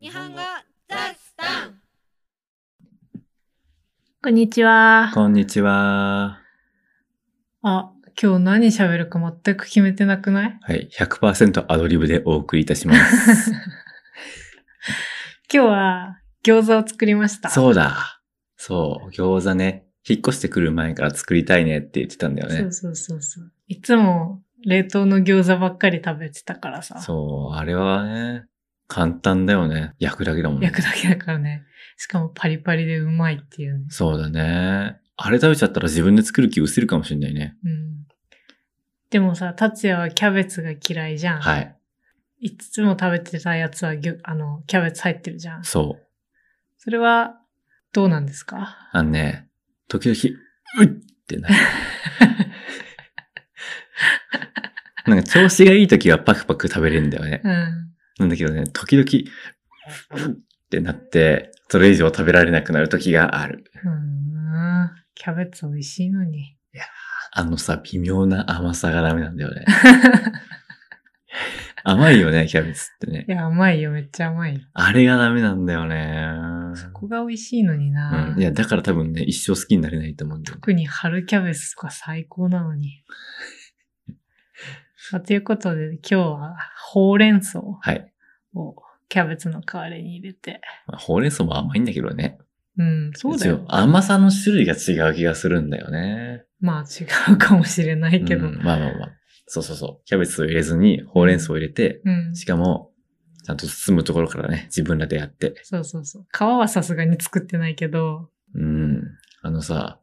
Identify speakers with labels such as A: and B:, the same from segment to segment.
A: 日本語ザスタン
B: こんにちは。
C: こんにちは。
B: あ、今日何喋るか全く決めてなく ない
C: はい、100%アドリブでお送りいたし ます。
B: 今日は餃子を作りました。う
C: そうだ。そう、餃子ね。引っ越してくる前から作りたいねって言ってたんだよ
B: そ
C: ね
B: う。そうそうそう。いつも冷凍の餃子ばっかり食べてたからさ。
C: そう、あれはね、簡単だよね。焼くだけだもんね
B: 焼。くだけだからね。しかもパリパリでうまいっていうね。
C: そうだね。あれ食べちゃったら自分で作る気薄るかもしれないね。
B: うん。でもさ、達也はキャベツが嫌いじゃん。。
C: はいい。
B: いつも食べてたやつはぎょ、あの、キャベツ入ってるじゃん。
C: そう。
B: それは、どうなんですか
C: あのね、時々、うっって なる。なんか調子がいい時はパクパク食べれるんだよね。
B: うん。
C: なんだけどね、時々、ってなって、それ以上食べられなくなる時がある。
B: うん。キャベツ美味しいのに。
C: あのさ、微妙な甘さがダメなんだよ ね。甘いよね、キャベツってね
B: い。や、甘いよ、めっちゃ甘いよ。
C: あれがダメなんだよね。
B: そこが美味しいのにな。
C: うん。いや、だから多分ね、一生好きになれないと思うんだよね。
B: 特に春キャベツとか最高なのに。 まあ、ということで、今日はほうれん草
C: はい。
B: をキャベツの代わりに入れて。
C: まあほうれん草も甘いんだけどね。
B: うん、そうだ
C: 一
B: よ
C: 応。甘さの種類が違う気がするんだよね。
B: まあ違うかもしれないけど。
C: うんまあまあまあ。そうそうそう。キャベツを入れずに、ほうれん草を入れて、
B: うん。
C: しかも、ちゃんと包むところからね、自分らでやって。
B: そうそうそう。皮はさすがに作ってないけど。
C: うん。あのさ、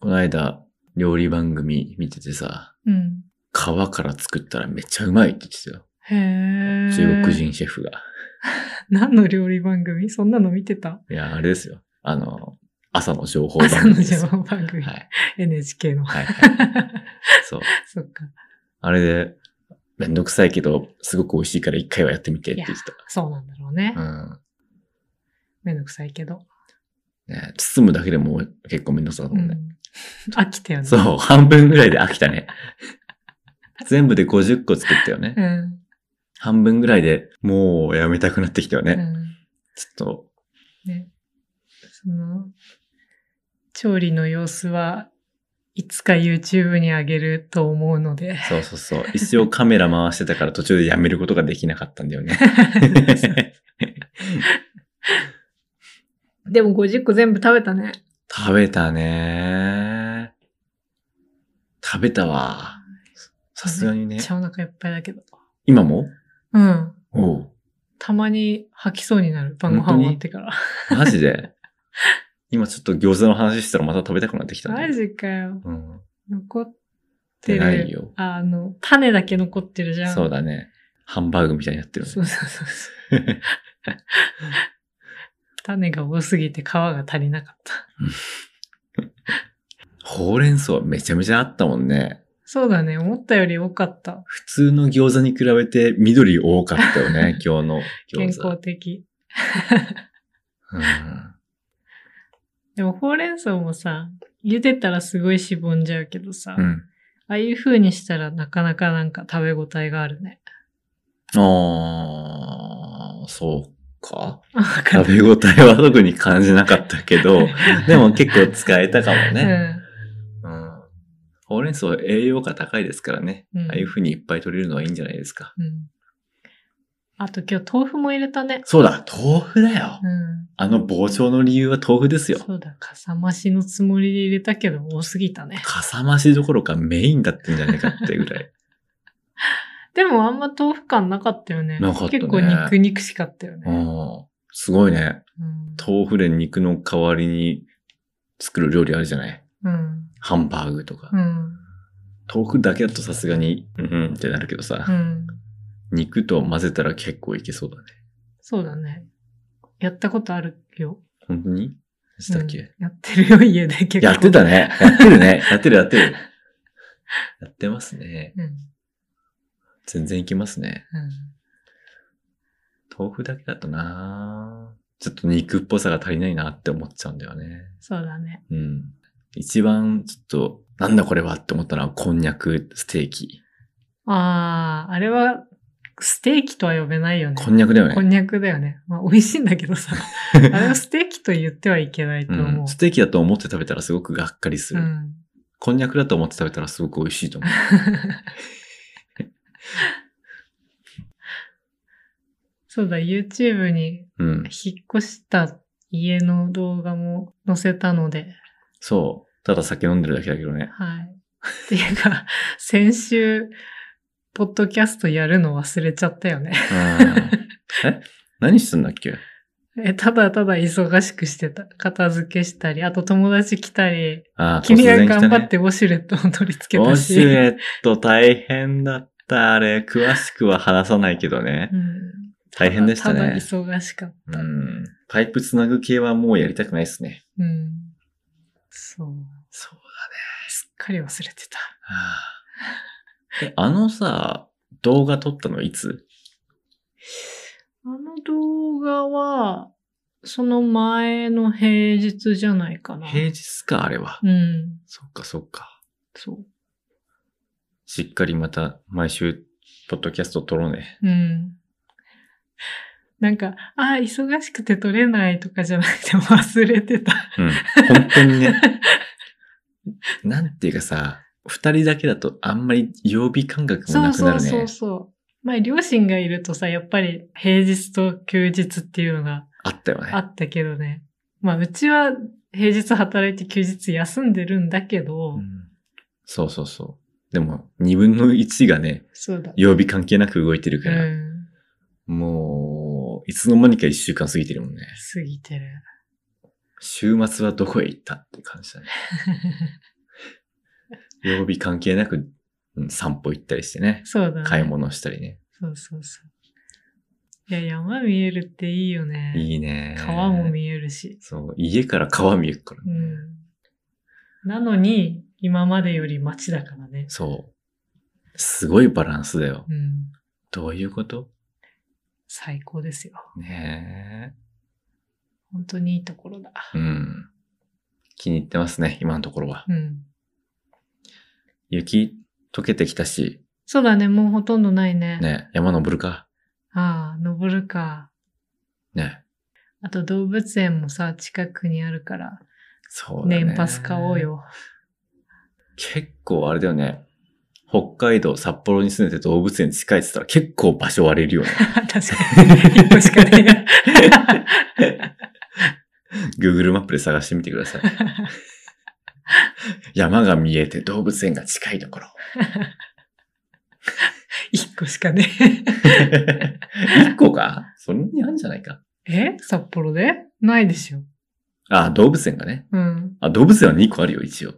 C: この間、料理番組見ててさ、
B: うん。
C: 皮から作ったらめっちゃうまいって言ってたよ。
B: へえ。
C: 中国。人シェフが。
B: 何の料理番組そんなの見てた
C: いや、あれですよ。あの、朝の情報番
B: 朝の
C: 組ですよ。
B: 情報番組。
C: はい。
B: NHK の。
C: はい、はい。 そう。
B: そっか。
C: あれで、めんどくさいけど、すごく美味しいから一回はやってみてって言って
B: そうなんだろうね。
C: た。うん。
B: めんどくさいけど。
C: ね、包むだけでも結構めんどくさかったもんね。
B: うん 飽きたよね。
C: そう、半分ぐらいで飽きたね。全部で50個作ったよね。
B: うん。
C: 半分ぐらいでもうやめたくなってきたよね。
B: うん。
C: ちょ
B: ね。その、調理の様子はいつか YouTube に上げると思うので
C: っと、。そうそうそう。一応カメラ回してたから途中でやめることができなかったんだよね。
B: でも50個全部食べたね。
C: 食べたね食べたわ。さすがに
B: め
C: ね
B: っち。ゃお腹いっぱいだけど。
C: 今も
B: うん。
C: お う。
B: たまに吐きそうになる。晩ご飯
C: 本当
B: 終
C: に
B: わってから。
C: マジで今ちょっと餃子の話したらまた食べたくなってきたね。
B: マジかよ。
C: うん。
B: 残ってる。
C: ないよ。
B: あの、種だけ残ってるじゃん。
C: そうだね。ハンバーグみたいになってるね
B: そうそうそうそう。種が多すぎて皮が足りなかった。
C: ほうれん草めちゃめちゃあったもんね。
B: そうだね。思ったより多かった。
C: 普通の餃子に比べて緑多かったよ ね、今日の
B: 健
C: 餃子。
B: 康的。
C: うん
B: でもほうれん草もさ、茹でたらすごいしぼんじゃうけどさ、
C: う
B: あ
C: ん。
B: あいう風にしたらなかなかなんか食べ応えがあるね。
C: あー、そうか。
B: わかる。
C: 食べ応えは特に感じなかったけど、 でも結構使えたかもね。うん。ほうれん草栄養価高いですからね。
B: うん
C: ああいう風にいっぱい取れるのはいいんじゃないですか。
B: うん。うん。あと今日豆腐も入れたね。
C: そうだ、豆腐だよ。
B: うん。
C: あの膨張の理由は豆腐ですよ。
B: そうだ、かさ増しのつもりで入れたけど多すぎたね。
C: かさ増しどころかメインだったんじゃないかってぐら い。
B: でもあんま豆腐感なかったよね。
C: なかったね
B: 結構肉肉しかったよ
C: う
B: ね。
C: ん。すごいね。
B: うん。
C: 豆腐で肉の代わりに作る料理あるじゃない
B: うん。
C: ハンバーグとか。
B: うん。
C: 豆腐だけだとさすがに、うんうんってなるけどさ、
B: うん。
C: 肉と混ぜたら結構いけそうだね。
B: そうだね。やったことあるよ。
C: 本当にしたっけ、
B: うんやってるよ、家で結構。
C: やってたね。やってるね。やってるやってる。やってますね。
B: うん。うん。
C: 全然いけますね。豆腐だけだとなちょっと肉っぽさが足りないなって思っちゃうんだよね。
B: そうだね。
C: うん。一番ちょっと、なんだこれはって思ったのは、こんにゃくステーキ。
B: ああ、あれはステーキとは呼べないよね。
C: こんにゃくだよ
B: こ
C: ね。
B: んにゃくだよね。まあ、美味しいんだけ どさ。あれをステーキと言ってはいけないと
C: う
B: 思う。
C: ん、ステーキだと思って食べたらすごくがっかりする。
B: うん
C: こんにゃくだと思って食べたらすごく美味しいと思う。
B: そうだ、YouTube に
C: うん。
B: 引っ越した家の動画も載せたので、
C: そう。ただ酒飲んでるだけだけどね。
B: はい。っていうか、先週、ポッドキャストやるの忘れちゃったよね。
C: うんえ何してんだっけ
B: えただただ忙しくしてた。片付けしたり、あと友達来たり、
C: ああ、
B: 君が
C: 突然来た
B: 頑
C: ね
B: 張ってウォシュレットを取り付け
C: ウォ
B: た
C: シュ
B: し。
C: レット大変だった。あれ、詳しくは話さないけどね
B: う。ん
C: 大変でした
B: ただ
C: ね。
B: 忙しかった。
C: うん。パイプつなぐ系はもうやりたくないですね。
B: うん。そう。
C: そう
B: すっかり忘れてた。
C: だ。はあえ、あのさ、動画撮ったのいつ
B: あの動画は、その前の平日じゃないかな。
C: 平日か、あれは。
B: うん。
C: そっかそっか。
B: そ
C: しっかりまた毎週、ポッドキャスト撮ろうね。
B: う。うん。なんか、あー忙しくて撮れないとかじゃなくて忘れてた。
C: うん。本当に ね。なんていうかさ、二人だけだとあんまり曜日感覚も
B: そ
C: な
B: う
C: くな
B: そ
C: るね。
B: うそうそう。まあ、両親がいるとさ、やっぱり平日と休日っていうのが
C: あったよね。
B: あったけどね。まあ、うちは平日働いて休日休んでるんだけど、
C: うんそうそうそう。でも、二分の一がね、
B: そうだ。
C: 曜日関係なく動いてる
B: う
C: から、
B: ん。
C: もう、いつの間にか一週間過ぎてるもんね。
B: 過ぎてる。
C: 週末はどこへ行ったって感じだね。曜日関係なく、うん散歩行ったりしてね。
B: そうだね。
C: 買い物したりね。
B: そうそうそう。いや、山見えるっていいよね。
C: いいね。
B: 川も見えるし。
C: そう、家から川見えるから。
B: うん。なのに、今までより街だからね。
C: そう。すごいバランスだよ。
B: うん。
C: どういうこと
B: 最高ですよ。
C: ね
B: 本当にいいところだ。
C: え。うん。気に入ってますね、今のところは。
B: うん。
C: 雪溶けてきたし、
B: そうだね、もうほとんどないね。
C: ね、山登るか。
B: ああ、登るか。
C: ね。
B: あと動物園もさ、近くにあるから、
C: そうだね。
B: 年パス買お う。よ。
C: 結構あれだよね。北海道、札幌に住んでて動物園近いって言ったら結構場所割れる よね。
B: 確かに。一個しかね
C: Google マップで探してみてくだ さい。山が見えて動物園が近いところ。
B: 一個しかね
C: 1個かそれにあるんじゃないか。
B: え。え札幌でないでしょ。
C: あ、動物園がね。
B: うん。
C: あ、動物園は2個あるよ、一応。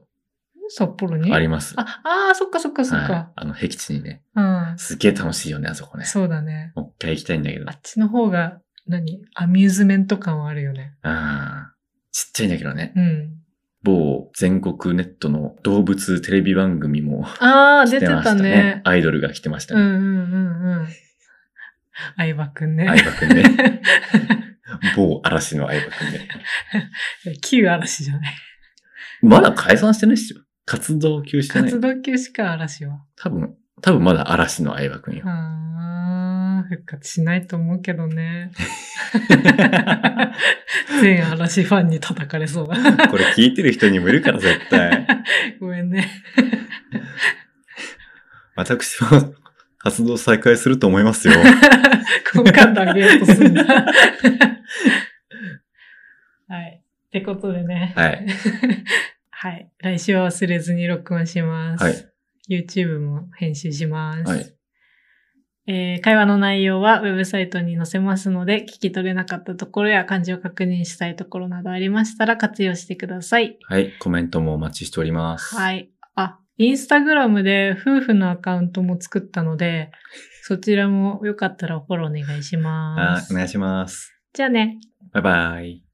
B: 札幌に
C: あります。
B: あ、あーそっかそっかそっ
C: はい
B: か。
C: あの、僻地にね。
B: うん。
C: すげえ楽しいよね、あそこね。
B: そうだね。
C: もう一回行きたいんだけど
B: あ。っちの方が、何アミューズメント感はあるよね。
C: あーちっちゃいんだけどね。
B: うん。
C: 某全国ネットの動物テレビ番組も
B: ああ、
C: 来
B: 出て
C: てましたたね。
B: ね。
C: アイドルが来てました
B: うん
C: ね。
B: うんうんうん。相葉くんね。
C: 相葉くんね。某嵐の相葉くんね。
B: 旧嵐じゃない。
C: まだ解散してないっすよ。活動休止じゃない
B: 活。動休止か、嵐は。
C: 多分、多分まだ嵐の相葉くんよ。
B: あー復活しないと思うけ どね。全嵐ファンに叩かれそうだ。
C: これ聞いてる人にもいるから絶対。
B: ごめんね。
C: 私は活動再開すると思います よ。
B: 好感度上げようとすんだ。はい。ってことでね。
C: はい。
B: はい。来週は忘れずに録音します。
C: はい。
B: YouTube も編集します。
C: はい
B: えー会話の内容はウェブサイトに載せますので、聞き取れなかったところや漢字を確認したいところなどありましたら活用してください。
C: はい。コメントもお待ちしております。
B: はい。あ、インスタグラムで夫婦のアカウントも作ったので、そちらもよかったらフォローお願いしま
C: あ
B: す。
C: お願いします。
B: じゃあね。
C: バイバイ。